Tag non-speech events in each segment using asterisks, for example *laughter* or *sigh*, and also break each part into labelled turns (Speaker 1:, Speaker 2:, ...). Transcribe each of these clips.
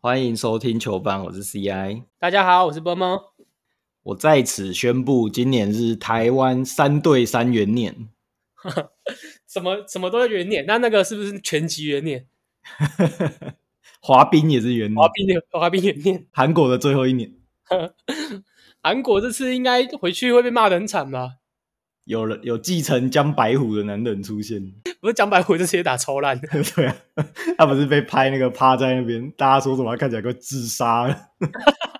Speaker 1: 欢迎收听球班，我是 CI。
Speaker 2: 大家好，我是波波。
Speaker 1: 我在此宣布，今年是台湾三对三元年。 *laughs*
Speaker 2: 什么什么都是元年，那那个是不是全集元年？
Speaker 1: 滑冰也是元
Speaker 2: 滑
Speaker 1: 年，
Speaker 2: 冰的滑冰元年。
Speaker 1: 韩国的最后一年，
Speaker 2: 韩国这次应该回去会被骂得很惨吧？
Speaker 1: 有人有继承江白虎的男人出现。 *laughs*
Speaker 2: 不是江白虎这次也打超烂，
Speaker 1: 对啊，他不是被拍那个趴在那边，大家说什么他看起来快自杀了。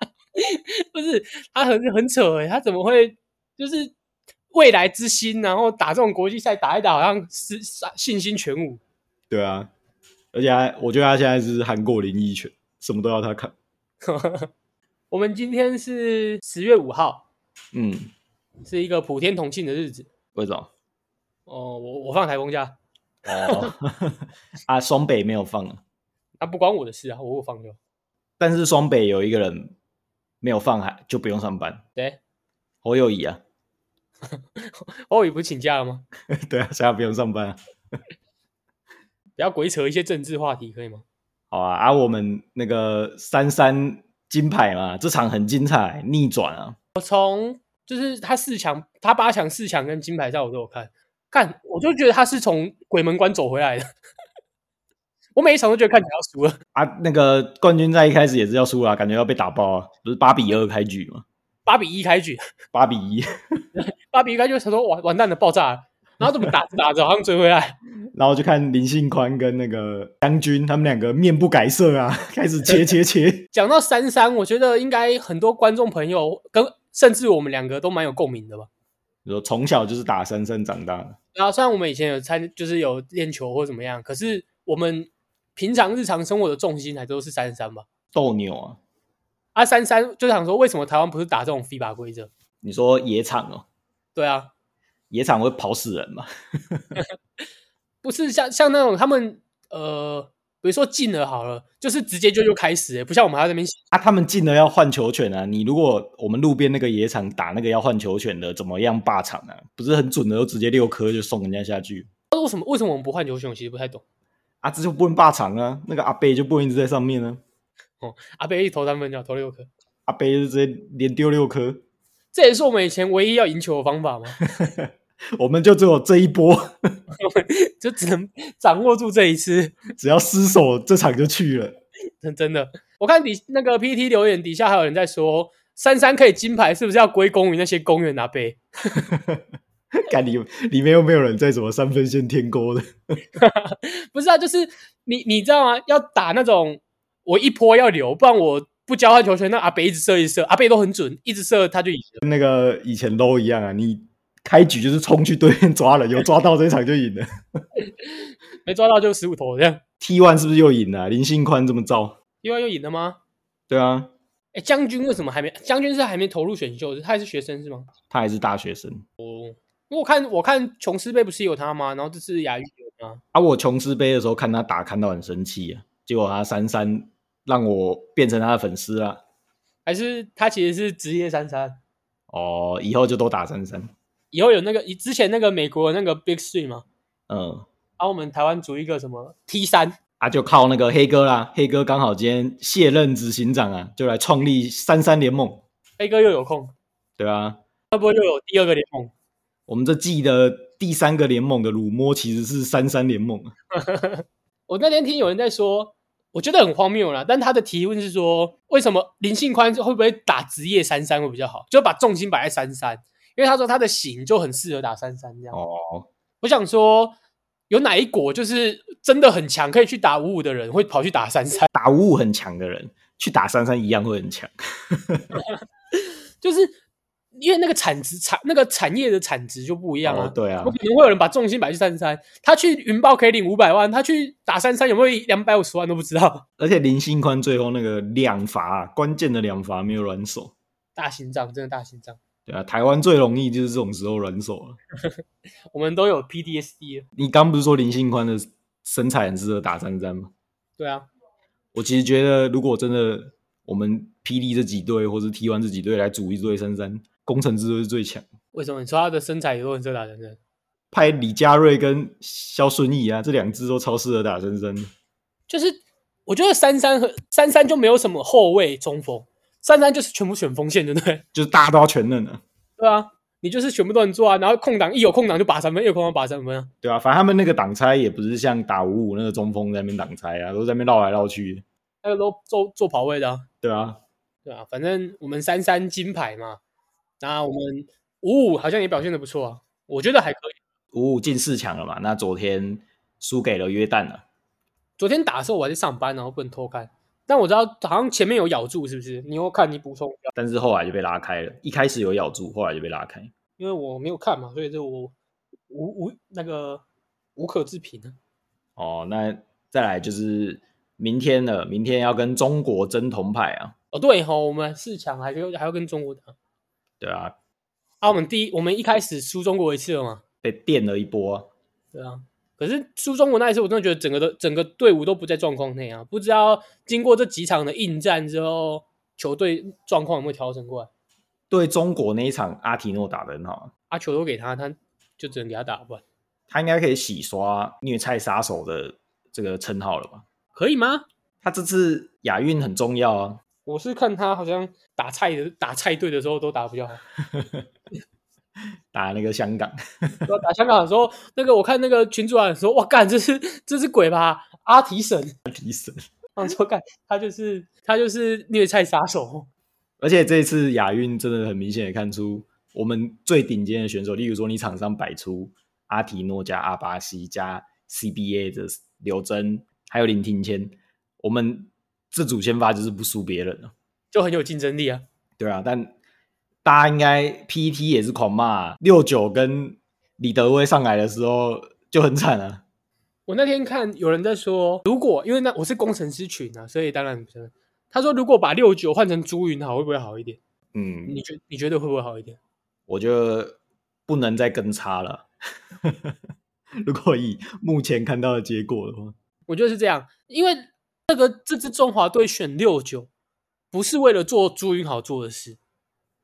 Speaker 2: *laughs* 不是他很很扯哎、他怎么会就是未来之星，然后打这种国际赛打一打，好像是信心全无。 *laughs*
Speaker 1: 对啊，而且他我觉得他现在是韩国林一拳，什么都要他看。
Speaker 2: 我们今天是十月五号，
Speaker 1: 嗯，
Speaker 2: 是一个普天同庆的日子。
Speaker 1: 为什么？
Speaker 2: 哦，我我放台风假，
Speaker 1: 哦， *laughs* 啊，双北没有放啊，
Speaker 2: 那、不关我的事啊，我我放就。
Speaker 1: 但是双北有一个人没有放还就不用上班，
Speaker 2: 对，
Speaker 1: 侯友谊啊， *laughs*
Speaker 2: 欧宇哦不是请假了吗？
Speaker 1: 对啊，所以他不用上班啊、
Speaker 2: 不要鬼扯一些政治话题，可以吗？
Speaker 1: 好啊，啊，我们那个三三金牌嘛，这场很精彩，逆转啊，
Speaker 2: 就是他四强，他八强、四强跟金牌赛我都有看，看我就觉得他是从鬼门关走回来的。 *laughs* 我每一场都觉得看起来要输了，
Speaker 1: 啊，那个冠军在一开始也是要输啊，感觉要被打爆啊，不是八比二开局嘛，
Speaker 2: 八比一开局，
Speaker 1: 八比一， *laughs*
Speaker 2: 八比一开局，他说完完蛋了，爆炸了，然后怎么打着打着好像追回来，
Speaker 1: 然后就看林信宽跟那个将军他们两个面不改色啊， *laughs* 开始切切切，
Speaker 2: 讲到三三，我觉得应该很多观众朋友跟甚至我们两个都蛮有共鸣的吧。
Speaker 1: 你说从小就是打三三长大的，
Speaker 2: 然后虽然我们以前有参，就是有练球或怎么样，可是我们平常日常生活的重心还都是三三吧。
Speaker 1: 斗牛啊，
Speaker 2: 啊，三三就想说，为什么台湾不是打这种 FIBA 规则？
Speaker 1: 你说野场哦，
Speaker 2: 对啊，
Speaker 1: 野场会跑死人嘛，
Speaker 2: 不是像像那种他们呃，比如说进了好了，就是直接就就开始、欸，不像我们还在那边想
Speaker 1: 啊，他们进了要换球权啊！你如果我们路边那个野场打那个要换球权的，怎么样霸场啊？不是很准的，都直接六颗就送人家下去
Speaker 2: 为什么为什么我们不换球权，我其实不太懂。
Speaker 1: 啊！这就不能霸场啊！那个阿贝就不能一直在上面呢、
Speaker 2: 哦，阿贝一投三分球，投六颗，
Speaker 1: 啊，阿贝就直接连丢六颗，
Speaker 2: 这也是我们以前唯一要赢球的方法嘛， *laughs*
Speaker 1: 我们就只有这一波， *laughs*
Speaker 2: 就只能掌握住这一次，
Speaker 1: 只要失手这场就去了。
Speaker 2: 真真的。我看底那个 PT 留言底下还有人在说，三三可以金牌，是不是要归功于那些公园拿杯？
Speaker 1: 看里里面又没有人在什么三分线天勾的，
Speaker 2: 不是啊，就是你你知道吗？要打那种我一波要留，不然我不交换球权，那阿北一直射一直射，阿北都很准，一直射他就赢了。
Speaker 1: 跟那个以前 low 一样啊！你开局就是冲去对面抓了，有抓到这一场就赢了。
Speaker 2: 没抓到就十五头这样。
Speaker 1: T one 是不是又赢了、啊林信宽这么造？
Speaker 2: 另外又赢了吗？
Speaker 1: 对啊，
Speaker 2: 哎，将军为什么还没？将军是还没投入选秀，他还是学生是吗？
Speaker 1: 他还是大学生。
Speaker 2: 因为我看我看琼斯杯不是有他吗？然后这次亚运有他，
Speaker 1: 啊，我琼斯杯的时候看他打，看到很生气啊，结果他三三让我变成他的粉丝啊。
Speaker 2: 还是他其实是职业三三？
Speaker 1: 哦，以后就都打三三。
Speaker 2: 以后有那个以之前那个美国的那个 Big Three 嘛，
Speaker 1: 嗯，
Speaker 2: 然后我们台湾组一个什么 T 三，
Speaker 1: 啊，就靠那个黑哥啦，黑哥刚好今天卸任执行长啊，就来创立三三联盟，
Speaker 2: 飞哎哥又有空，
Speaker 1: 对啊，
Speaker 2: 会不会又有第二个联盟？
Speaker 1: 我们这季的第三个联盟的辱摸其实是三三联盟啊，
Speaker 2: 我那天听有人在说，我觉得很荒谬啦。但他的提问是说，为什么林信宽会不会打职业三三会比较好？就把重心摆在三三，因为他说他的型就很适合打三三这样。
Speaker 1: 哦，
Speaker 2: 我想说，有哪一国就是真的很强，可以去打五五的人，会跑去打三 *laughs* 三？
Speaker 1: 打五五很强的人去打三三一样会很强。
Speaker 2: 就是因为那个产值产那个产业的产值就不一样啊。
Speaker 1: 哦，对啊
Speaker 2: 我，可能会有人把重心摆去三三，他去云豹可以领五百万，他去打三三有没有两百五十万都不知道，
Speaker 1: 而且林信宽最后那个两罚、啊，关键的两罚没有软手。
Speaker 2: 大心脏真的大心脏，
Speaker 1: 对啊，台湾最容易就是这种时候软手了。
Speaker 2: 我们都有 PDSD 了。
Speaker 1: 你刚不是说林信宽的身材很适合打三三吗？
Speaker 2: 对啊，
Speaker 1: 我其实觉得，如果真的我们霹雳这几队或是 T 1这几队来组一队三三，工程师就是最强。
Speaker 2: 为什么你说他的身材也都很适合打三三？
Speaker 1: 派李佳瑞跟肖顺义啊，这两支都超适合打三三。
Speaker 2: 就是我觉得三三和三三就没有什么后卫中锋，三三就是全部选锋线，对不对？ *laughs*
Speaker 1: 就是大家都要全能了，
Speaker 2: 对啊，你就是全部都能做啊，然后空档一有空档就拔三分，一有空档拔三分啊。
Speaker 1: 对啊，反正他们那个挡拆也不是像打五五那个中锋在那边挡拆啊，都在那边绕来绕去，
Speaker 2: 那个都做做跑位的、啊，
Speaker 1: 对啊，
Speaker 2: 对啊，反正我们三三金牌嘛，那我们五五好像也表现的不错啊，我觉得还可以。
Speaker 1: 五五进四强了嘛，那昨天输给了约旦啊了，
Speaker 2: 昨天打的时候我还在上班，然后不能偷看，但我知道好像前面有咬住，是不是？你有看你补充一下，
Speaker 1: 但是后来就被拉开了，一开始有咬住，后来就被拉开。
Speaker 2: 因为我没有看嘛，所以这我无无那个无可置评啊。
Speaker 1: 哦，那再来就是明天了，明天要跟中国争铜牌啊，
Speaker 2: 哦，对吼，我们四强还要还要跟中国打
Speaker 1: 对啊，
Speaker 2: 啊，我们第一我们一开始输中国一次了嘛，
Speaker 1: 被电了一波、啊。
Speaker 2: 对啊。可是输中国那一次，我真的觉得整个的整个队伍都不在状况内啊！不知道经过这几场的应战之后，球队状况有没有调整过来？
Speaker 1: 对中国那一场，阿提诺打得很好啊，
Speaker 2: 啊，球都给他，他就只能给他打吧？
Speaker 1: 他应该可以洗刷虐菜杀手的这个称号了吧？
Speaker 2: 可以吗？
Speaker 1: 他这次亚运很重要啊，
Speaker 2: 我是看他好像打菜的打菜队的时候都打得比较好，
Speaker 1: 打那个香港，
Speaker 2: 对啊打香港的时候，那个我看那个群主啊说，哇干，这是这是鬼吧？阿提神，
Speaker 1: 阿提神。
Speaker 2: 他说干，他就是他就是虐菜杀手，
Speaker 1: 而且这一次亚运真的很明显的看出，我们最顶尖的选手，例如说你场上摆出阿提诺加阿巴西加 CBA 的刘真，还有林庭谦，我们这组先发就是不输别人了，
Speaker 2: 就很有竞争力啊。
Speaker 1: 对啊，但大家应该 PET 也是狂骂六九跟李德威上来的时候就很惨啊，
Speaker 2: 我那天看有人在说，如果因为那我是工程师群啊，所以当然他说如果把六九换成朱云好，会不会好一点？
Speaker 1: 嗯，
Speaker 2: 你觉你觉得会不会好一点？
Speaker 1: 我觉得不能再更差了。 *laughs* 如果以目前看到的结果的话，
Speaker 2: 我觉得是这样，因为这个这支中华队选六九，不是为了做朱云好做的事。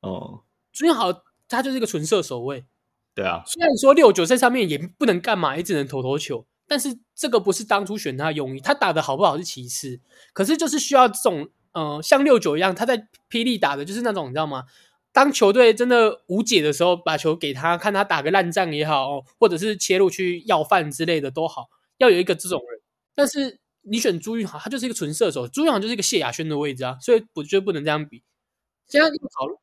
Speaker 1: 哦，
Speaker 2: 朱云好他就是一个纯射手位，
Speaker 1: 对啊，
Speaker 2: 虽然说六九在上面也不能干嘛，也只能投投球，但是这个不是当初选他的用意。他打的好不好是其次，可是就是需要这种呃，像六九一样，他在霹雳打的就是那种你知道吗？当球队真的无解的时候，把球给他，看他打个烂仗也好，哦或者是切入去要饭之类的都好，要有一个这种人。但是你选朱云航，他就是一个纯射手，朱云航就是一个谢亚轩的位置啊，所以我觉得不能这样比。现在要讨论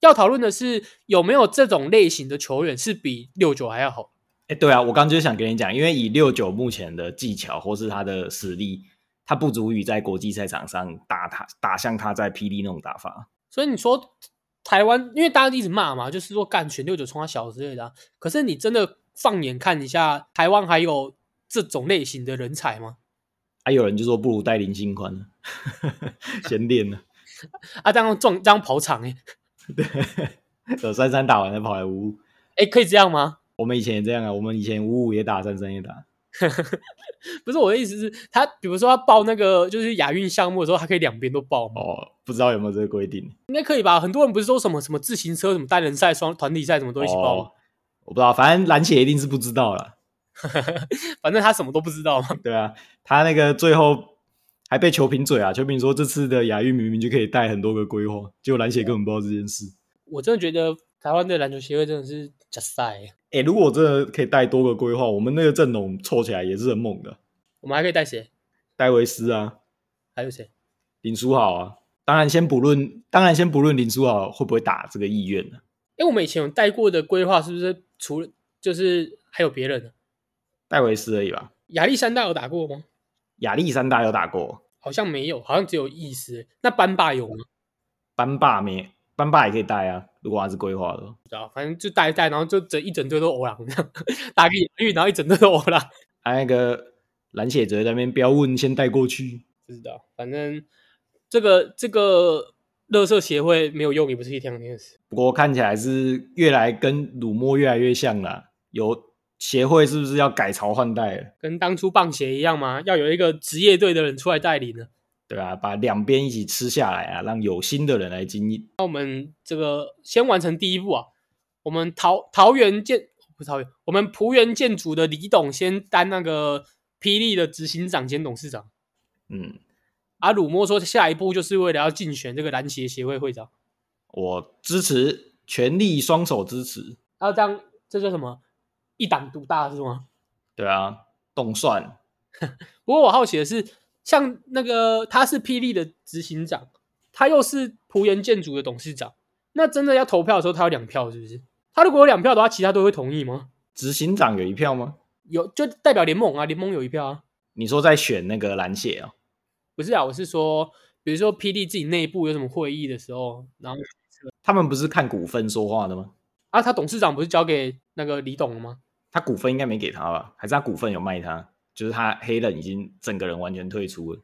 Speaker 2: 要讨论的是有没有这种类型的球员是比六九还要好。
Speaker 1: 哎，对啊，我刚刚就想跟你讲，因为以六九目前的技巧或是他的实力，他不足以在国际赛场上打他打像他在 PD 那种打法。
Speaker 2: 所以你说台湾，因为大家一直骂嘛，就是说干选六九冲他小之类的啊、可是你真的放眼看一下，台湾还有这种类型的人才吗？
Speaker 1: 还、啊有人就说不如带林信宽呢， *laughs* 先练了。
Speaker 2: 啊，这样撞这样跑场哎、欸、
Speaker 1: 对，三三打完再跑来五五，
Speaker 2: 哎、可以这样吗？ *laughs*
Speaker 1: 我们以前也这样啊，我们以前五五也打，三三也打。
Speaker 2: 不是我的意思是，他比如说他报那个就是亚运项目的时候，他可以两边都报吗？
Speaker 1: 哦，不知道有没有这个规定？
Speaker 2: 应该可以吧？很多人不是说什么什么自行车、什么单人赛、双团体赛，什么都一起报啊吗？
Speaker 1: 哦，我不知道，反正蓝血一定是不知道了。
Speaker 2: 反正他什么都不知道嘛。
Speaker 1: 对啊，他那个最后还被球评嘴啊，球评说这次的亚运明明就可以带很多个规划，结果篮协根本不知道这件事。
Speaker 2: *laughs* 我真的觉得台湾的篮球协会真的是假赛欸，
Speaker 1: 哎、如果真的可以带多个规划，我们那个阵容凑起来也是很猛的。
Speaker 2: 我们还可以带谁？
Speaker 1: 戴维斯啊，
Speaker 2: 还有谁？
Speaker 1: 林书豪啊，当然先不论，当然先不论林书豪会不会打这个意愿啊呢、
Speaker 2: 因为我们以前有带过的规划，是不是除了就是还有别人呢？
Speaker 1: 戴维斯而已吧。
Speaker 2: 亚历山大有打过吗？
Speaker 1: 亚历山大有打过，
Speaker 2: 好像没有，好像只有意思。那班霸有吗？
Speaker 1: 班霸没，班霸也可以带啊，如果他是规划的话。
Speaker 2: 不知道，反正就带一带，然后就整一整队都欧狼这样， *laughs* 打个野域，然后一整队都欧狼。
Speaker 1: 啊，那个蓝血哲在那边不要问，先带过去。
Speaker 2: 不知道，反正这个这个乐色协会没有用，也不是一天两天的事。
Speaker 1: 不过看起来是越来跟鲁墨越来越像了，有协会是不是要改朝换代了？
Speaker 2: 跟当初棒协一样嘛，要有一个职业队的人出来带领呢。
Speaker 1: 对啊，把两边一起吃下来啊，让有心的人来经
Speaker 2: 这个先完成第一步啊，我们桃桃园建不是桃园，我们浦园建筑的李董先担那个霹雳的执行长兼董事长。
Speaker 1: 嗯，
Speaker 2: 阿鲁莫说下一步就是为了要竞选这个篮协协会会长，
Speaker 1: 我支持，全力双手支持。
Speaker 2: 然啊后这样这叫什么？一党独大是吗？
Speaker 1: 对啊，动算
Speaker 2: 不过我好奇的是，像那个他是霹雳的执行长，他又是璞园建筑的董事长，那真的要投票的时候，他有两票是不是？他如果有两票的话，其他都会同意吗？
Speaker 1: 执行长有一票吗？
Speaker 2: 有就代表联盟啊，联盟有一票啊。
Speaker 1: 你说在选那个蓝血啊？
Speaker 2: 不是啊，我是说，比如说霹雳自己内部有什么会议的时候，然后
Speaker 1: 他们不是看股份说话的吗？
Speaker 2: 啊，他董事长不是交给那个李董了吗？
Speaker 1: 他股份应该没给他吧？还是他股份有卖他？就是他黑人已经整个人完全退出了。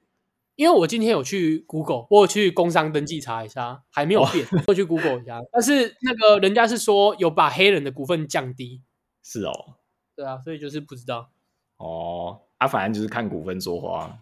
Speaker 2: 因为我今天有去 Google，我有去工商登记查一下，还没有变，我去 Google 一下。但是那个人家是说有把黑人的股份降低，
Speaker 1: 是哦，
Speaker 2: 对啊，所以就是不知道。
Speaker 1: 哦，他、反正就是看股份说话。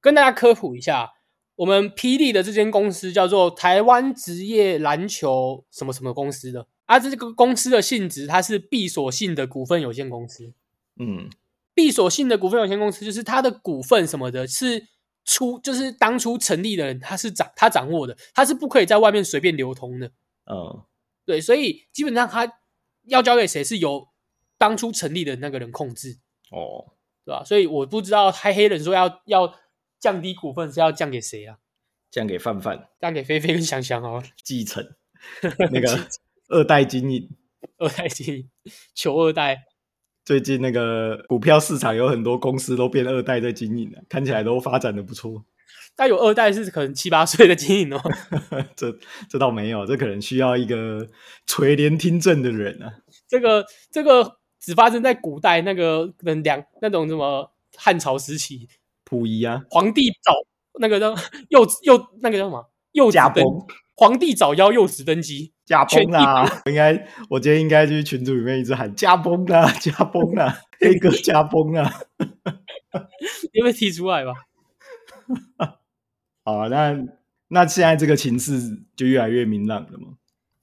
Speaker 2: 跟大家科普一下，我们霹雳的这间公司叫做台湾职业篮球什么什么公司的啊，这个公司的性质它是闭锁性的股份有限公司。
Speaker 1: 嗯，
Speaker 2: 闭锁性的股份有限公司，就是它的股份什么的，是出就是当初成立的人，他是掌他掌握的，他是不可以在外面随便流通的。
Speaker 1: 嗯，
Speaker 2: 对，所以基本上他要交给谁是由当初成立的那个人控制，
Speaker 1: 哦，
Speaker 2: 对吧？所以我不知道黑黑人说要要降低股份是要降给谁啊？
Speaker 1: 这样给范范
Speaker 2: 降给菲菲跟翔翔哦，
Speaker 1: 继承那个二代经营。
Speaker 2: 二代经营，求二代。
Speaker 1: 最近那个股票市场有很多公司都变二代在经营了，看起来都发展的不错。
Speaker 2: 但有二代是可能七八岁的经营哦，
Speaker 1: 这这倒没有，这可能需要一个垂帘听政的人啊。
Speaker 2: 这个这个只发生在古代那个可能两那种什么汉朝时期，
Speaker 1: 溥仪啊，
Speaker 2: 皇帝早那个叫 *laughs* 幼幼那个叫什么幼子
Speaker 1: 驾崩
Speaker 2: 登，皇帝早夭幼子登基，
Speaker 1: 驾崩啦、啊！应该我今天应该去群组里面一直喊驾崩啦、驾崩啦、黑哥驾崩啦、
Speaker 2: 因为踢出来吧。
Speaker 1: 好啊，那那现在这个情势就越来越明朗了嘛。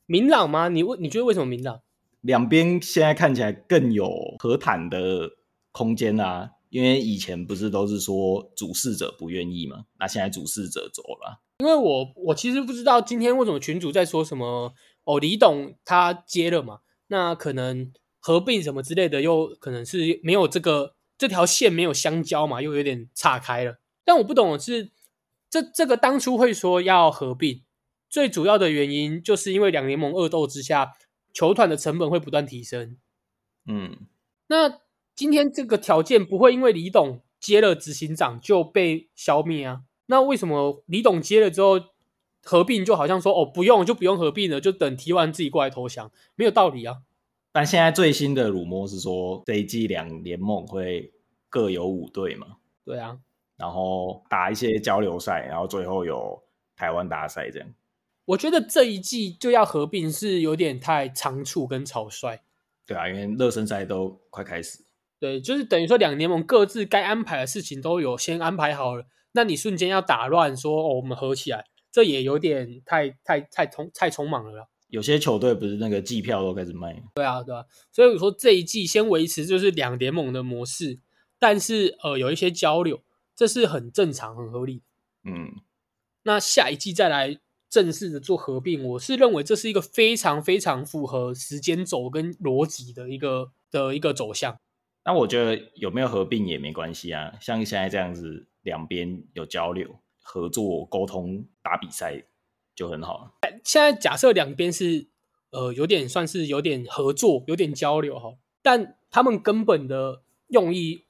Speaker 2: 明朗吗？你为你觉得为什么明朗？
Speaker 1: 两边现在看起来更有和谈的空间啦、因为以前不是都是说主事者不愿意嘛，那现在主事者走了，
Speaker 2: 因为我我其实不知道今天为什么群主在说什么哦，李董他接了嘛，那可能合并什么之类的，又可能是没有这个这条线没有相交嘛，又有点岔开了。但我不懂的是这这个当初会说要合并，最主要的原因就是因为两联盟恶斗之下，球团的成本会不断提升。
Speaker 1: 嗯。
Speaker 2: 那今天这个条件不会因为李董接了执行长就被消灭啊？那为什么李董接了之后合并，就好像说哦不用就不用合并了，就等提完自己过来投降，没有道理啊？
Speaker 1: 但现在最新的乳摸是说，这一季两联盟会各有五队嘛，
Speaker 2: 对啊，
Speaker 1: 然后打一些交流赛，然后最后有台湾大赛这样。
Speaker 2: 我觉得这一季就要合并是有点太仓促跟草率。
Speaker 1: 对啊，因为热身赛都快开始。
Speaker 2: 对，就是等于说两个联盟各自该安排的事情都有先安排好了，那你瞬间要打乱说哦我们合起来，这也有点太太太匆太匆忙了啦。
Speaker 1: 有些球队不是那个季票都开始卖，
Speaker 2: 所以我说这一季先维持就是两联盟的模式，但是呃有一些交流，这是很正常、很合理的。
Speaker 1: 嗯，
Speaker 2: 那下一季再来正式的做合并，我是认为这是一个非常非常符合时间轴跟逻辑的一个的一个走向。
Speaker 1: 那我觉得有没有合并也没关系啊，像现在这样子，两边有交流、合作、沟通、打比赛就很好了。
Speaker 2: 现在假设两边是呃有点算是有点合作、有点交流哈，但他们根本的用意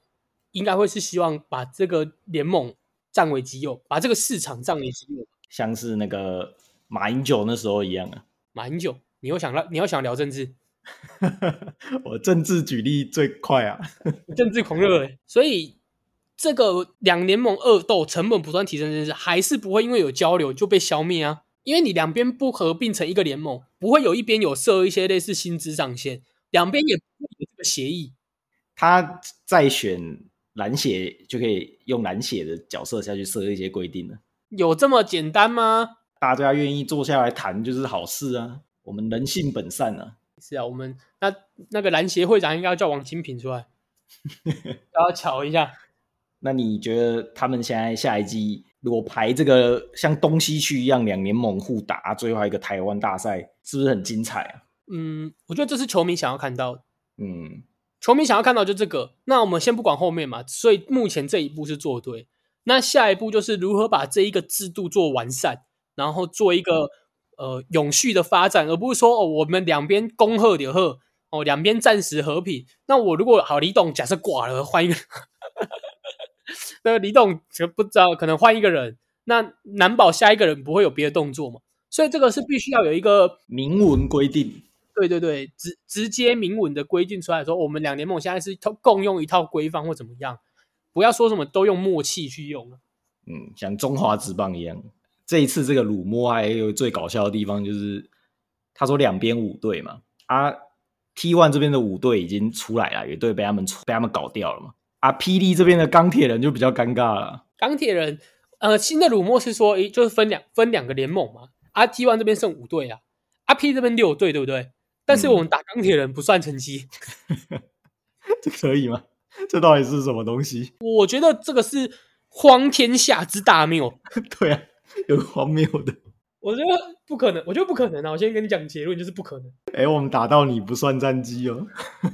Speaker 2: 应该会是希望把这个联盟占为己有，把这个市场占为己有。
Speaker 1: 像是那个马英九那时候一样啊，
Speaker 2: 马英九，你又想聊，你又想聊政治，
Speaker 1: *laughs* 我政治举例最快啊。
Speaker 2: *laughs* 政治狂热、欸，所以这个两联盟恶斗成本不断提升，这件事还是不会因为有交流就被消灭啊，因为你两边不合并成一个联盟，不会有一边有设一些类似薪资上限，两边也不会有这个协议，
Speaker 1: 他再选蓝血就可以用蓝血的角色下去设一些规定了。
Speaker 2: 有这么简单吗？
Speaker 1: 大家愿意坐下来谈就是好事啊，我们人性本善啊。
Speaker 2: 是啊，我们那那个篮协会长应该要叫王金平出 *laughs* 来，然后瞧一下。
Speaker 1: 那你觉得他们现在下一季我排这个像东西区一样两联盟互打，最后还有一个台湾大赛，是不是很精彩啊？
Speaker 2: 嗯，我觉得这是球迷想要看到的。
Speaker 1: 嗯，
Speaker 2: 球迷想要看到就这个。那我们先不管后面嘛，所以目前这一步是做对。那下一步就是如何把这一个制度做完善，然后做一个呃永续的发展，而不是说哦我们两边恭贺点贺哦两边暂时和平。那我如果好李董假设挂了，换一个， *laughs* 那李董这不知道可能换一个人，那难保下一个人不会有别的动作嘛。所以这个是必须要有一个
Speaker 1: 明文规定，
Speaker 2: 对对对，直直接明文的规定出来说，我们两联盟现在是同共用一套规范或怎么样，不要说什么都用默契去用了。
Speaker 1: 嗯，像中华职棒一样。这一次这个辱摸还有最搞笑的地方就是，他说两边五队嘛，啊，T One 这边的五队已经出来了，有一队被他们出被他们搞掉了嘛，啊，PD 这边的钢铁人就比较尴尬了， *laughs*
Speaker 2: 钢铁人，呃，新的辱没是说，诶，就是分两分两个联盟嘛，R T One 这边剩五队啊，R P 这边六队，对不对？但是我们打钢铁人不算成绩，
Speaker 1: 这可以吗？这到底是什么东西？ *laughs*
Speaker 2: 我觉得这个是荒天下之大谬，
Speaker 1: 对啊，有个荒谬的。
Speaker 2: 我觉得不可能，我觉得不可能啊！我先跟你讲结论，就是不可能。
Speaker 1: 哎，我们打到你不算战绩哦，
Speaker 2: 然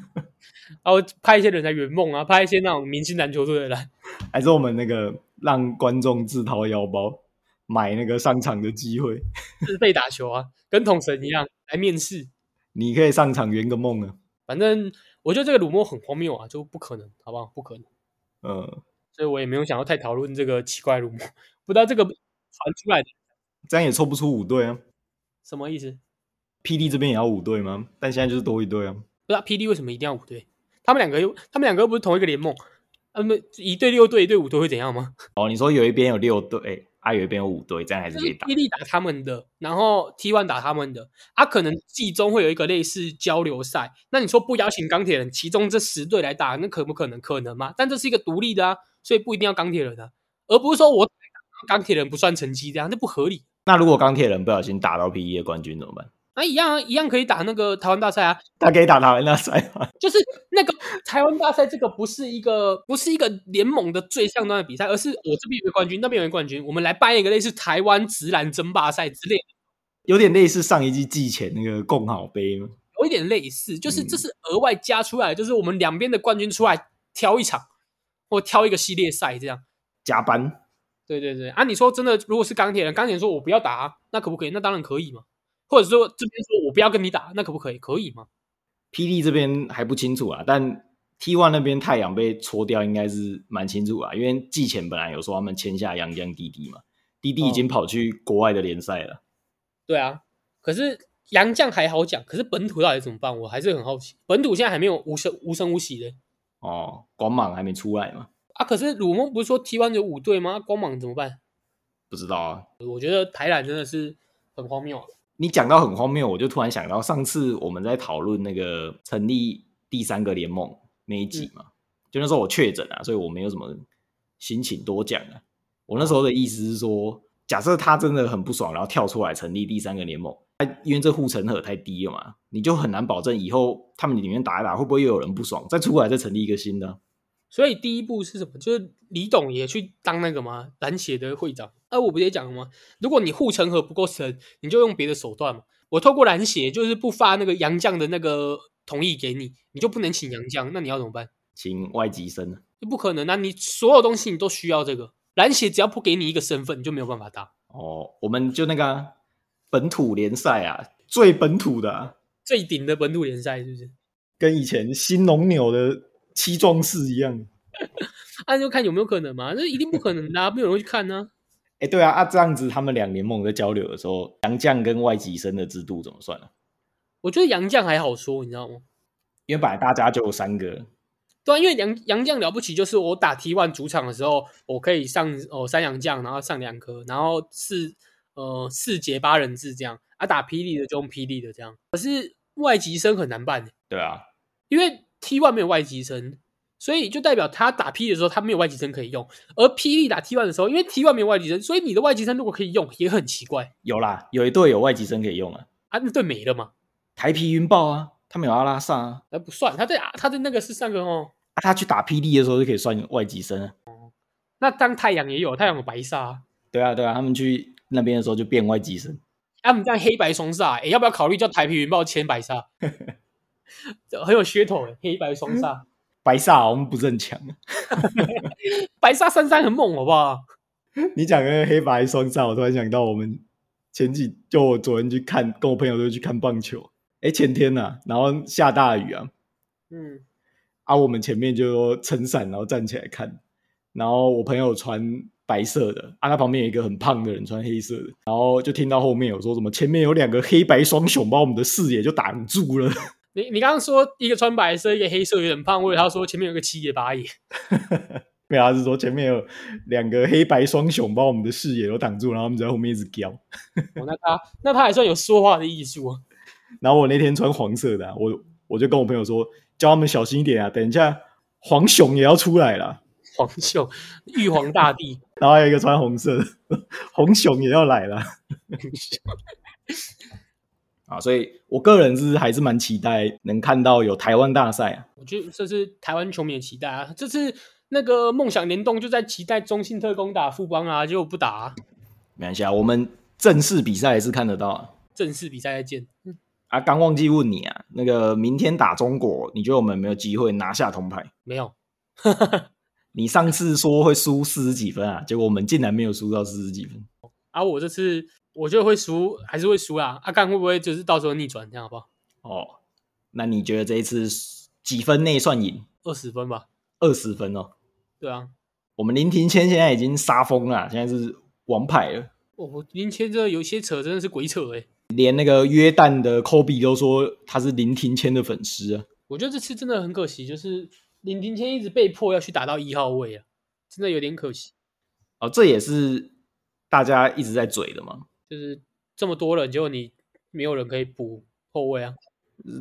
Speaker 2: 后啊拍一些人来圆梦啊，拍一些那种明星篮球队的来，
Speaker 1: 还是我们那个让观众自掏腰包买那个上场的机会？
Speaker 2: 自费打球啊，跟统神一样来面试。
Speaker 1: 你可以上场圆个梦啊，
Speaker 2: 反正我觉得这个辱没很荒谬啊，就不可能，好不好？不可能，
Speaker 1: 嗯，
Speaker 2: 所以我也没有想要太讨论这个奇怪辱没，不知道这个传出来的
Speaker 1: 这样也凑不出五队啊。
Speaker 2: 什么意思？
Speaker 1: PD 这边也要五队吗？但现在就是多一队啊。
Speaker 2: 不知道 PD 为什么一定要五队？他们两个又，他们两个又不是同一个联盟，他们一队六队，一队五队会怎样吗？
Speaker 1: 哦，你说有一边有六队，啊，有一边有五队，这样还是
Speaker 2: 就
Speaker 1: 可
Speaker 2: 是
Speaker 1: 以打。
Speaker 2: PD 打他们的，然后 T One 打他们的，啊，可能季中会有一个类似交流赛。那你说不邀请钢铁人，其中这十队来打，那可不可能？可能吗？但这是一个独立的啊，所以不一定要钢铁人啊，而不是说我钢铁人不算成绩这样，那不合理。
Speaker 1: 那如果钢铁人不小心打到 P E 的冠军怎么办？
Speaker 2: 那、一样啊，一样可以打那个台湾大赛啊，
Speaker 1: 他可以打台湾大赛 *laughs* 吗？
Speaker 2: 就是那个台湾大赛，这个不是一个不是一个联盟的最上端的比赛，而是我这边有一个冠军，那边有一个冠军，我们来办一个类似台湾直男争霸赛之类的，
Speaker 1: 有点类似上一季季前那个共好杯吗？
Speaker 2: 有一点类似，就是
Speaker 1: 嗯
Speaker 2: 这是额外加出来的，就是我们两边的冠军出来挑一场或挑一个系列赛这样。
Speaker 1: 加班
Speaker 2: 对对对，啊，你说真的，如果是钢铁人，钢铁人说我不要打啊、那可不可以？那当然可以嘛。或者说这边说我不要跟你打，那可不可以？可以吗？
Speaker 1: ，PD 这边还不清楚啊，但 T One 那边太阳被戳掉应该是蛮清楚啊，因为季前本来有说他们签下杨江滴滴嘛，滴滴已经跑去国外的联赛了。
Speaker 2: 对啊，可是洋将还好讲，可是本土到底怎么办？我还是很好奇。本土现在还没有无声无声无息的
Speaker 1: 哦，光芒还没出来嘛，
Speaker 2: 啊。可是鲁蒙不是说 T 1有五队吗？啊光芒怎么办？
Speaker 1: 不知道啊。
Speaker 2: 我觉得台篮真的是很荒谬啊。
Speaker 1: 你讲到很荒谬，我就突然想到上次我们在讨论那个成立第三个联盟那一集嘛，就那时候我确诊啊，所以我没有什么心情多讲啊。我那时候的意思是说，假设他真的很不爽，然后跳出来成立第三个联盟，啊因为这护城河太低了嘛，你就很难保证以后他们里面打一打会不会又有人不爽，再出来再成立一个新的啊。
Speaker 2: 所以第一步是什么？就是李董也去当那个嘛篮协的会长。啊，我不是也讲了吗？如果你护城河不够深，你就用别的手段嘛。我透过篮协就是不发那个洋将的那个同意给你，你就不能请洋将，那你要怎么办？
Speaker 1: 请外籍生啊
Speaker 2: 不可能啊！你所有东西你都需要这个篮协，只要不给你一个身份，你就没有办法打。
Speaker 1: 哦，我们就那个啊、本土联赛啊，最本土的、啊。
Speaker 2: 最顶的本土联赛是不是？
Speaker 1: 跟以前新农牛的七壮士一样。
Speaker 2: 啊，就看有没有可能嘛，那一定不可能的、啊，没有人会去看呢、
Speaker 1: 哎、对啊，啊这样子，他们两联盟在交流的时候，洋将跟外籍生的制度怎么算呢、啊
Speaker 2: 我觉得杨绛还好说，你知道吗？
Speaker 1: 因为本来大家就有三个，
Speaker 2: 对啊，因为杨杨绛了不起，就是我打 T one 主场的时候，我可以上哦三洋将，然后上两颗，然后四呃四节八人制这样啊，打霹雳的就用霹雳的这样。可是外籍生很难办，欸
Speaker 1: 对啊，
Speaker 2: 因为 T one 没有外籍生，所以就代表他打霹雳的时候他没有外籍生可以用，而霹雳打 T one 的时候，因为 T one 没有外籍生，所以你的外籍生如果可以用也很奇怪
Speaker 1: 有啦，有一队有外籍生可以用啊，
Speaker 2: 啊，那队没了嘛，
Speaker 1: 台皮云豹啊，他们有阿拉萨啊，
Speaker 2: 那不算，他在啊他在那个是上个哦，
Speaker 1: 啊他去打霹雳的时候就可以算外籍生啊，
Speaker 2: 那当太阳也有，太阳有白沙啊、
Speaker 1: 对啊，对啊，他们去那边的时候就变外籍生，
Speaker 2: 他们这样黑白双煞，哎、要不要考虑叫台皮云豹签白煞？ *laughs* 这很有噱头哎，黑白双煞，
Speaker 1: 白煞好像不是很强。啊
Speaker 2: 白煞三三很猛，好不好？
Speaker 1: 你讲那个黑白双煞，我突然想到我们前几就我昨天去看，跟我朋友都去看棒球，哎，前天呐、然后下大雨啊，
Speaker 2: 嗯，
Speaker 1: 啊，我们前面就撑伞，然后站起来看，然后我朋友穿白色的，啊，他旁边有一个很胖的人穿黑色的，然后就听到后面有说什么前面有两个黑白双雄，把我们的视野就挡住了。 *laughs*
Speaker 2: 你你刚刚说一个穿白色，一个黑色，有点胖，我以为他说前面有个七爷八爷，
Speaker 1: 没有，他是说前面有两个黑白双雄把我们的视野都挡住，然后他们在后面一直飙。
Speaker 2: 哦，那他那他还算有说话的艺术啊。
Speaker 1: 然后我那天穿黄色的啊、我我就跟我朋友说，叫他们小心一点啊，等一下黄熊也要出来了。
Speaker 2: 皇秀，玉皇大帝，
Speaker 1: 然后还有一个穿红色的，红熊也要来 *laughs* 了啊！所以我个人是还是蛮期待能看到有台湾大赛啊。
Speaker 2: 我觉得这是台湾球迷的期待啊。这次那个梦想联动就在期待中信特工打富邦啊，结果不打啊、
Speaker 1: 没关系啊，我们正式比赛还是看得到啊。
Speaker 2: 正式比赛再见。
Speaker 1: 啊，刚忘记问你啊，那个明天打中国，你觉得我们有没有机会拿下铜牌？
Speaker 2: 没有，
Speaker 1: 你上次说会输四十几分啊，结果我们竟然没有输到四十几分。
Speaker 2: 啊，我这次我觉得会输，还是会输啦。啊，看会不会就是到时候逆转，这样好不好？
Speaker 1: 哦，那你觉得这一次几分内算赢？
Speaker 2: 二十分吧，
Speaker 1: 二十分哦。
Speaker 2: 对啊。
Speaker 1: 我们林庭谦现在已经杀疯了啊，现在是王牌了，
Speaker 2: 我哦我林谦这有些扯真的是鬼扯哎、
Speaker 1: 连那个约旦的科比都说他是林庭谦的粉丝啊。
Speaker 2: 我觉得这次真的很可惜，就是林庭谦一直被迫要去打到一号位啊，真的有点可惜。
Speaker 1: 哦，这也是大家一直在嘴的嘛。
Speaker 2: 就是这么多人，结果你没有人可以补后卫啊，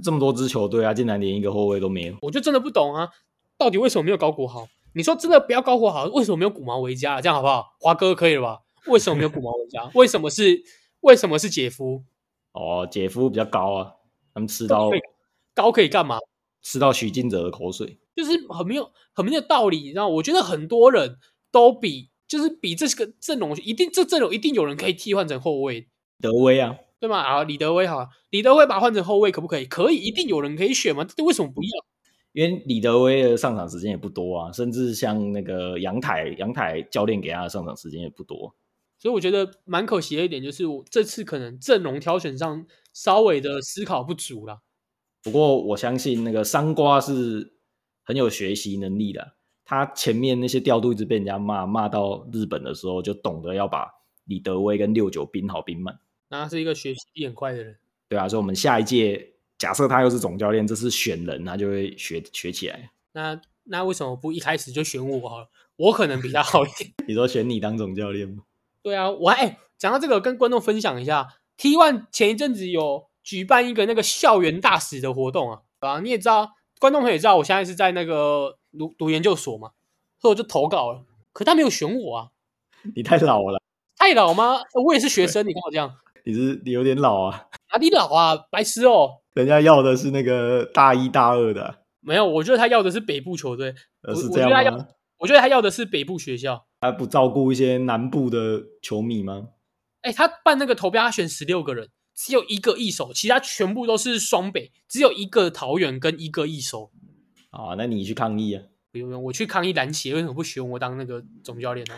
Speaker 1: 这么多支球队啊，竟然连一个后卫都没有。
Speaker 2: 我就真的不懂啊，到底为什么没有高国豪？你说真的不要高国豪，为什么没有古毛维加？这样好不好？华哥可以了吧？为什么没有古毛维加？为什么是为什么是姐夫？
Speaker 1: 哦，姐夫比较高啊，他们吃到
Speaker 2: 对高可以干嘛？
Speaker 1: 吃到许晋哲的口水。
Speaker 2: 就是很没有很没有道理，你知道？我觉得很多人都比就是比这个阵容一定这阵容一定有人可以替换成后卫，
Speaker 1: 德威啊，
Speaker 2: 对吗？啊，李德威好了，李德威把他换成后卫可不可以？可以，一定有人可以选嘛？这为什么不要？
Speaker 1: 因为李德威的上场时间也不多啊，甚至像那个杨台，杨台教练给他的上场时间也不多。
Speaker 2: 所以我觉得蛮可惜的一点就是，我这次可能阵容挑选上稍微的思考不足啦。
Speaker 1: 不过我相信那个三瓜是很有学习能力的，啊他前面那些调度一直被人家骂，骂到日本的时候就懂得要把李德威跟六九兵好兵满。
Speaker 2: 那他是一个学习力很快的人，
Speaker 1: 对啊，所以我们下一届假设他又是总教练，这次选人他就会学学起来。
Speaker 2: 那那为什么不一开始就选我好了？我可能比他好一点。
Speaker 1: 你说选你当总教练吗？
Speaker 2: 对啊，我还、哎讲到这个，跟观众分享一下，T One 前一阵子有举办一个那个校园大使的活动啊，啊，你也知道，观众朋友也知道，我现在是在那个读读研究所嘛，所以我就投稿了，可他没有选我啊，
Speaker 1: 你太老了，
Speaker 2: 太老吗？我也是学生，你跟我这样，
Speaker 1: 你是你有点老啊，
Speaker 2: 哪里老啊，白痴哦！
Speaker 1: 人家要的是那个大一大二的啊，
Speaker 2: 没有，我觉得他要的是北部球队，
Speaker 1: 呃，
Speaker 2: 我
Speaker 1: 是
Speaker 2: 我
Speaker 1: 这
Speaker 2: 觉得他
Speaker 1: 样
Speaker 2: 要
Speaker 1: 吗？
Speaker 2: 我觉得他要的是北部学校。
Speaker 1: 他不照顾一些南部的球迷吗？
Speaker 2: 哎、他办那个投标，他选十六个人，只有一个一手，其他全部都是双北，只有一个桃园跟一个一手。
Speaker 1: 啊，那你去抗议啊！
Speaker 2: 不用不用，我去抗议篮协为什么不选我当那个总教练呢、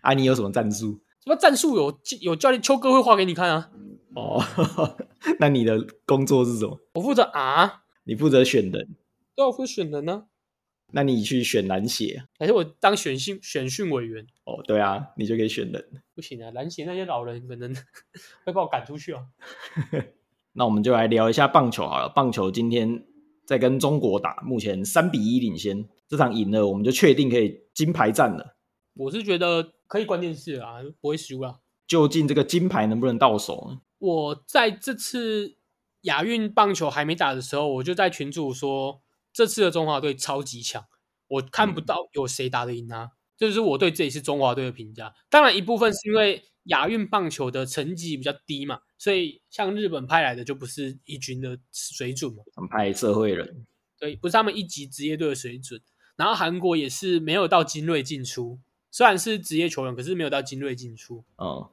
Speaker 1: 啊，你有什么战术？
Speaker 2: 什么战术有有教练秋哥会画给你看啊，
Speaker 1: 哦， *laughs* 那你的工作是什么？
Speaker 2: 我负责啊，
Speaker 1: 你负责选人，
Speaker 2: 都要负责选人呢、
Speaker 1: 那你去选篮协。
Speaker 2: 还是我当选训选训委员？
Speaker 1: 哦，对啊，你就可以选人。
Speaker 2: 不行啊，篮协那些老人可能 *laughs* 会把我赶出去啊。
Speaker 1: 那我们就来聊一下棒球好了。棒球今天在跟中国打，目前三比一领先。这场赢了，我们就确定可以金牌战了。
Speaker 2: 我是觉得可以关电视啊，不会输啊。
Speaker 1: 究竟这个金牌能不能到手呢？
Speaker 2: 我在这次亚运棒球还没打的时候，我就在群组说，这次的中华队超级强，我看不到有谁打得赢他。这就是我对这一次中华队的评价。当然，一部分是因为亚运棒球的成绩比较低嘛，所以像日本派来的就不是一军的水准嘛，
Speaker 1: 他们派社会人，
Speaker 2: 对，不是他们一级职业队的水准。然后韩国也是没有到精锐进出，虽然是职业球员，可是没有到精锐尽出。
Speaker 1: 嗯，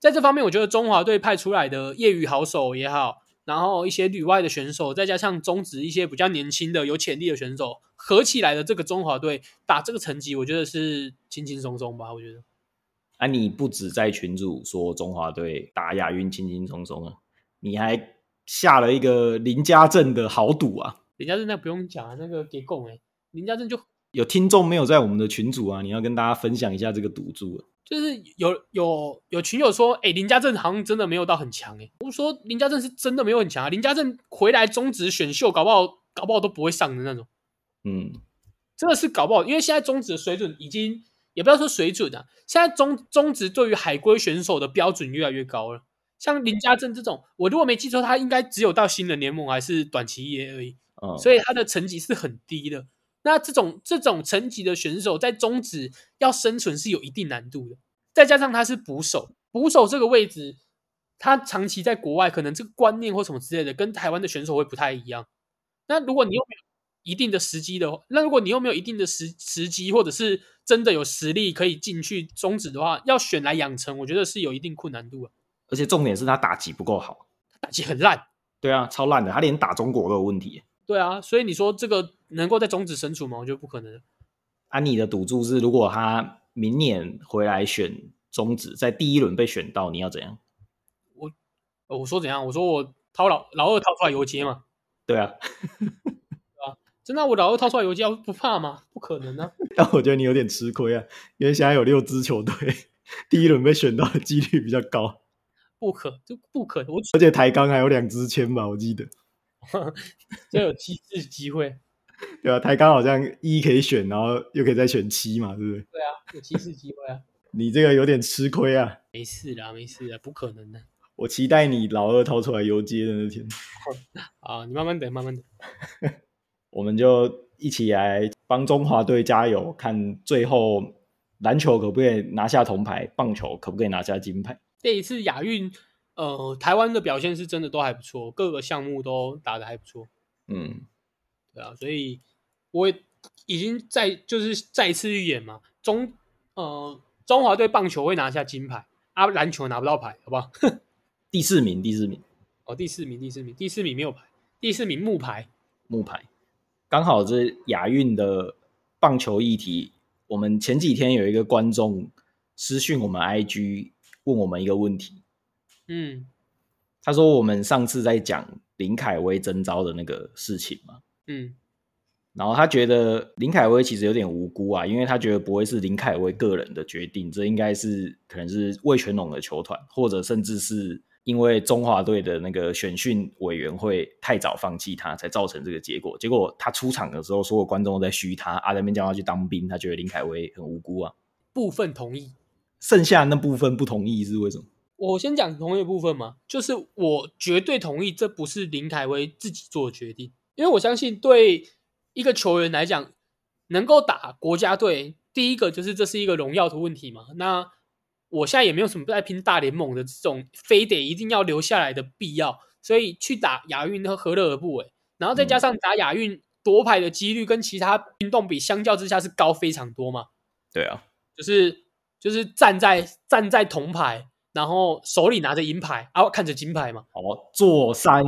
Speaker 2: 在这方面，我觉得中华队派出来的业余好手也好，然后一些旅外的选手，再加上中职一些比较年轻的有潜力的选手，合起来的这个中华队打这个成绩，我觉得是轻轻松松吧。我觉得
Speaker 1: 啊，你不止在群组说中华队打亚运轻轻松松啊，你还下了一个林家正的豪赌啊！
Speaker 2: 林家正那不用讲啊，那个给供哎，林家正就
Speaker 1: 有听众没有在我们的群组啊，你要跟大家分享一下这个赌注啊。
Speaker 2: 就是有有有群友说，哎、林家正好像真的没有到很强哎、我说林家正是真的没有很强啊，林家正回来中职选秀，搞不好搞不好都不会上的那种。
Speaker 1: 嗯，
Speaker 2: 真的是搞不好，因为现在中职的水准已经也不要说水准啊，现在中中职对于海归选手的标准越来越高了。像林家正这种，我如果没记错，他应该只有到新人联盟还是短期业而已，
Speaker 1: 嗯
Speaker 2: 所以他的成绩是很低的。那这种这种层级的选手在中职要生存是有一定难度的，再加上他是捕手，捕手这个位置，他长期在国外，可能这个观念或什么之类的，跟台湾的选手会不太一样。那如果你又没有一定的时机的话，那如果你又没有一定的时时机，或者是真的有实力可以进去中职的话，要选来养成，我觉得是有一定困难度的。
Speaker 1: 而且重点是他打击不够好。
Speaker 2: 他打击很烂，
Speaker 1: 对啊，超烂的，他连打中国都有问题
Speaker 2: 对啊，所以你说这个能够在中职生存吗？我觉得不可能。
Speaker 1: 啊。你的赌注是，如果他明年回来选中职，在第一轮被选到，你要怎样？
Speaker 2: 呃我说怎样？我说我掏老老二掏出来游街嘛，
Speaker 1: 对啊， *laughs*
Speaker 2: 真的啊、我老二掏出来游街，我不怕吗？不可能啊！
Speaker 1: 但我觉得你有点吃亏啊，因为现在有六支球队，第一轮被选到的几率比较高，
Speaker 2: 不可，就不可能，我
Speaker 1: 而且台钢还有两支签吧，我记得。
Speaker 2: 只有七次机会，
Speaker 1: 对啊，台钢好像一可以选，然后又可以再选七嘛，对不对？
Speaker 2: 有七次机会啊！
Speaker 1: 你这个有点吃亏啊。
Speaker 2: 没事啦，没事啦，不可能的
Speaker 1: 我期待你老二掏出来游街的那天，
Speaker 2: 啊！你慢慢等，慢慢等。
Speaker 1: 我们就一起来帮中华队加油，看最后篮球可不可以拿下铜牌，棒球可不可以拿下金牌？
Speaker 2: 这一次亚运，呃，台湾的表现是真的都还不错，各个项目都打得还不错，
Speaker 1: 嗯，
Speaker 2: 对啊，所以我也已经在就是再一次预演嘛，中呃中华队棒球会拿下金牌，啊篮球拿不到牌，好不好？
Speaker 1: 第四名，第四名，
Speaker 2: 哦，第四名，第四名，第四名没有牌，第四名木牌，
Speaker 1: 木牌，刚好这亚运的棒球议题，我们前几天有一个观众私讯我们 IG 问我们一个问题，
Speaker 2: 嗯
Speaker 1: 他说我们上次在讲林凯威征召的那个事情嘛，
Speaker 2: 嗯，
Speaker 1: 然后他觉得林凯威其实有点无辜啊，因为他觉得不会是林凯威个人的决定，这应该是可能是魏全龙的球团，或者甚至是因为中华队的那个选训委员会太早放弃他，才造成这个结果。结果他出场的时候，所有观众都在嘘他，阿德面叫他去当兵，他觉得林凯威很无辜啊。
Speaker 2: 部分同意。
Speaker 1: 剩下那部分不同意是为什么？
Speaker 2: 我先讲同意的部分嘛，就是我绝对同意，这不是林凯威自己做的决定，因为我相信对一个球员来讲，能够打国家队，第一个就是这是一个荣耀的问题嘛。那我现在也没有什么在拼大联盟的这种非得一定要留下来的必要，所以去打亚运和何乐而不为？然后再加上打亚运夺牌的几率跟其他运动比相较之下是高非常多嘛，
Speaker 1: 对啊，
Speaker 2: 就是就是站在站在铜牌，然后手里拿着银牌，啊，看着金牌嘛，
Speaker 1: 好，坐三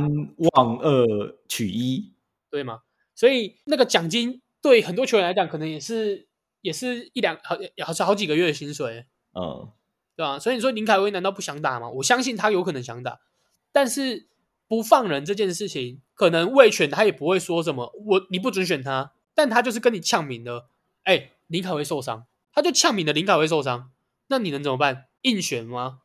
Speaker 1: 望二取一，
Speaker 2: 对吗？所以那个奖金对很多球员来讲，可能也是也是一两好好是好几个月的薪水，
Speaker 1: 嗯，
Speaker 2: 对吧、所以你说林凯威难道不想打吗？我相信他有可能想打，但是不放人这件事情，可能魏权他也不会说什么，我你不准选他，但他就是跟你呛明了，哎，林凯威受伤，他就呛明了林凯威受伤，那你能怎么办？硬选吗？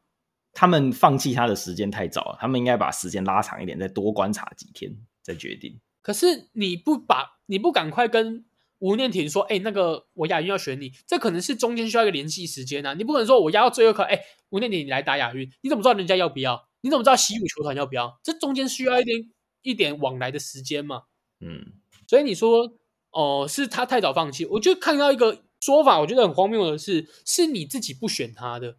Speaker 1: 他们放弃他的时间太早了，他们应该把时间拉长一点，再多观察几天再决定。
Speaker 2: 可是你不把你不赶快跟吴念婷说，哎、那个我亚运要选你，这可能是中间需要一个联系时间啊。你不可能说我压到最后一刻，哎、吴念婷你来打亚运，你怎么知道人家要不要？你怎么知道习武球团要不要？这中间需要一点一点往来的时间嘛。
Speaker 1: 嗯，
Speaker 2: 所以你说哦、是他太早放弃，我就看到一个说法，我觉得很荒谬的是，是你自己不选他的，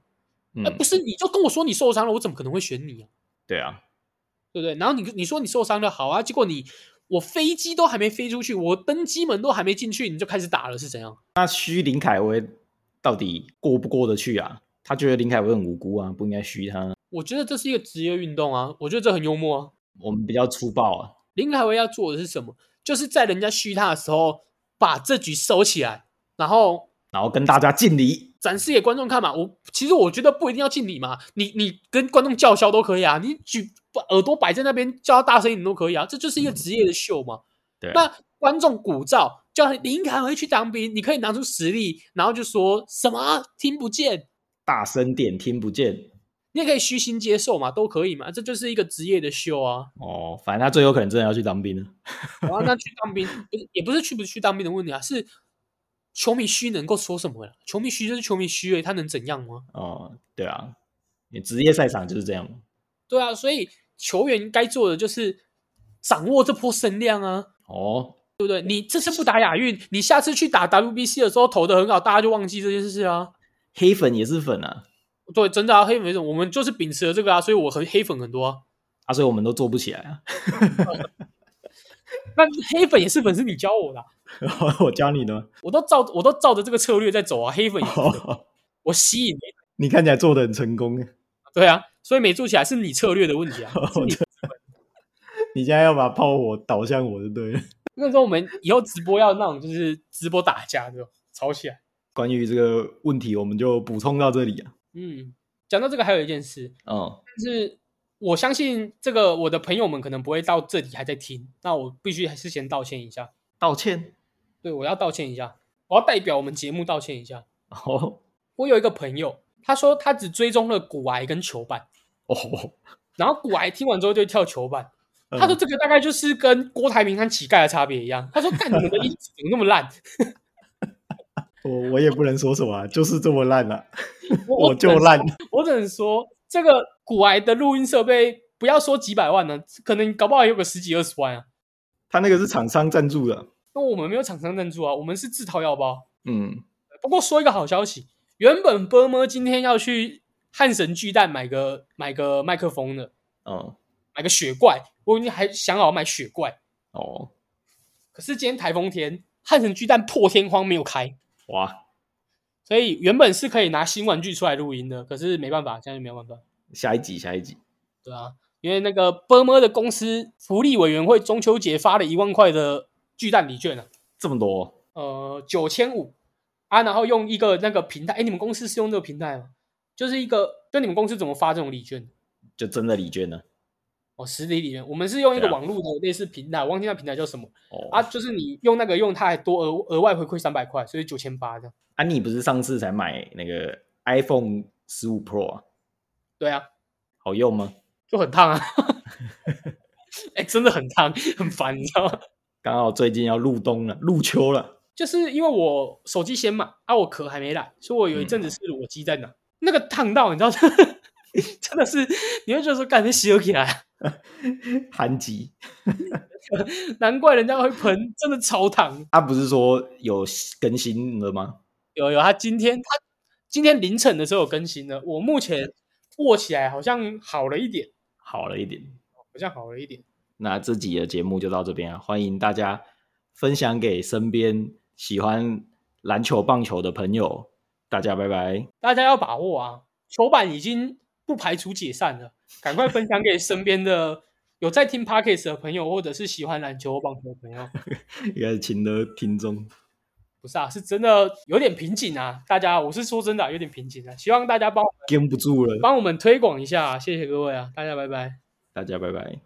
Speaker 1: 嗯
Speaker 2: 哎、不是你就跟我说你受伤了，我怎么可能会选你啊？
Speaker 1: 对啊，
Speaker 2: 对不对？然后你你说你受伤了，好啊，结果你我飞机都还没飞出去，我登机门都还没进去，你就开始打了，是怎样？
Speaker 1: 那虚林凯威到底过不过得去啊？他觉得林凯威很无辜啊，不应该虚他。
Speaker 2: 我觉得这是一个职业运动啊，我觉得这很幽默啊。
Speaker 1: 我们比较粗暴啊，
Speaker 2: 林凯威要做的是什么？就是在人家虚他的时候，把这局收起来，然后
Speaker 1: 然后跟大家敬礼。
Speaker 2: 展示给观众看嘛。我其实我觉得不一定要敬礼嘛，你你跟观众叫嚣都可以啊，你举把耳朵摆在那边叫他大声一点都可以啊，这就是一个职业的秀嘛。
Speaker 1: 对，啊
Speaker 2: 那观众鼓噪叫林凯威去当兵，你可以拿出实力，然后就说什么啊听不见，
Speaker 1: 大声点，听不见
Speaker 2: 你也可以虚心接受嘛，都可以嘛，这就是一个职业的秀
Speaker 1: *laughs*
Speaker 2: 啊。
Speaker 1: 哦。反正他最有可能真的要去当兵了。
Speaker 2: 然后那去当兵不是也不是去不去当兵的问题啊，是球迷虚能够说什么了？球迷虚就是球迷虚而已，他能怎样吗？
Speaker 1: 哦，对啊，你职业赛场就是这样。
Speaker 2: 对啊，所以球员该做的就是掌握这波声量啊，
Speaker 1: 哦，
Speaker 2: 对不对？你这次不打亚运，你下次去打 WBC 的时候投的很好，大家就忘记这件事啊。
Speaker 1: 黑粉也是粉啊，
Speaker 2: 对，真的啊，黑粉，我们就是秉持了这个啊，所以我很黑粉很多啊。
Speaker 1: 啊，所以我们都做不起来啊。 *laughs*
Speaker 2: 那黑粉也是粉，是你教我的啊、
Speaker 1: 我教你的吗。
Speaker 2: 我都照我都照着这个策略在走啊。黑粉也是粉，
Speaker 1: 哦，
Speaker 2: 我吸引
Speaker 1: 你看起来做的很成功啊。
Speaker 2: 对啊，所以没做起来是你策略的问题啊。是你
Speaker 1: 你现在要把炮火导向我就对了。 *laughs*
Speaker 2: 那时候我们以后直播要那种就是直播打架这种吵起来。
Speaker 1: 关于这个问题，我们就补充到这里啊。
Speaker 2: 嗯，讲到这个还有一件事，
Speaker 1: 哦，
Speaker 2: 但是我相信这个我的朋友们可能不会到这里还在听，那我必须还是先道歉一下。
Speaker 1: 道歉。
Speaker 2: 对，我要道歉一下，我要代表我们节目道歉一下。
Speaker 1: 哦
Speaker 2: 我有一个朋友，他说他只追踪了骨癌跟球板，
Speaker 1: 哦，
Speaker 2: 然后骨癌听完之后就跳球板。
Speaker 1: 嗯
Speaker 2: 他说这个大概就是跟郭台铭和乞丐的差别一样。他说干你们的衣服怎么那么烂？
Speaker 1: 我我也不能说什么啊，就是这么烂啊，*laughs*
Speaker 2: 我
Speaker 1: 我就烂。
Speaker 2: 我只能说，这个古癌的录音设备，不要说几百万呢、可能搞不好有个十几二十万啊。
Speaker 1: 他那个是厂商赞助的，
Speaker 2: 那我们没有厂商赞助啊，我们是自掏腰包。
Speaker 1: 嗯，
Speaker 2: 不过说一个好消息，原本波么今天要去汉神巨蛋买个买个麦克风的，
Speaker 1: 哦
Speaker 2: 买个雪怪，我已经还想好买雪怪。
Speaker 1: 哦，
Speaker 2: 可是今天台风天，汉神巨蛋破天荒没有开，
Speaker 1: 哇，
Speaker 2: 所以原本是可以拿新玩具出来录音的，可是没办法，现在就没有办法。
Speaker 1: 下一集下一集，
Speaker 2: 对啊，因为那个波么的公司福利委员会中秋节发了一万块的巨蛋礼券啊，
Speaker 1: 这么多
Speaker 2: 呃，九千五啊，然后用一个那个平台，哎，你们公司是用这个平台吗？就是一个，就你们公司怎么发这种礼券？
Speaker 1: 就真的礼券呢？
Speaker 2: 哦，实体礼券，我们是用一个
Speaker 1: 对啊
Speaker 2: 网络的类似平台，我忘记那平台叫什么
Speaker 1: 哦
Speaker 2: 啊，就是你用那个用它还多额额外回馈三百块，所以九千八这样。
Speaker 1: 啊，你不是上次才买那个 iPhone 十五 Pro 啊？
Speaker 2: 对啊，
Speaker 1: 好用吗？
Speaker 2: 就很烫啊，哎，真的很烫，很烦，你知道吗？
Speaker 1: 刚好最近要入冬了，入秋了， *laughs*
Speaker 2: 就是因为我手机先买，啊，我壳还没来，所以我有一阵子是裸机在拿，那个烫到你知道， *laughs* 真的是你会觉得说，干这洗了起来，啊
Speaker 1: 寒极。
Speaker 2: 难怪人家会喷，真的超烫。
Speaker 1: 他、啊不是说有更新了吗？
Speaker 2: 有有，他今天他今天凌晨的时候有更新了，我目前握起来好像好了一点，
Speaker 1: 好了一点。
Speaker 2: 好像好了一点。
Speaker 1: 那这集的节目就到这边啊，欢迎大家分享给身边喜欢篮球、棒球的朋友。大家拜拜。
Speaker 2: 大家要把握啊，球板已经不排除解散了，赶快分享给身边的有在听 Parkes 的朋友，或者是喜欢篮球、棒球的朋友。
Speaker 1: 应该是请的听众，
Speaker 2: 不是啊，是真的有点瓶颈啊，大家，我是说真的啊、有点瓶颈啊，希望大家帮
Speaker 1: 跟不住了。
Speaker 2: 帮我们推广一下啊、谢谢各位啊，大家拜拜。
Speaker 1: 大家拜拜。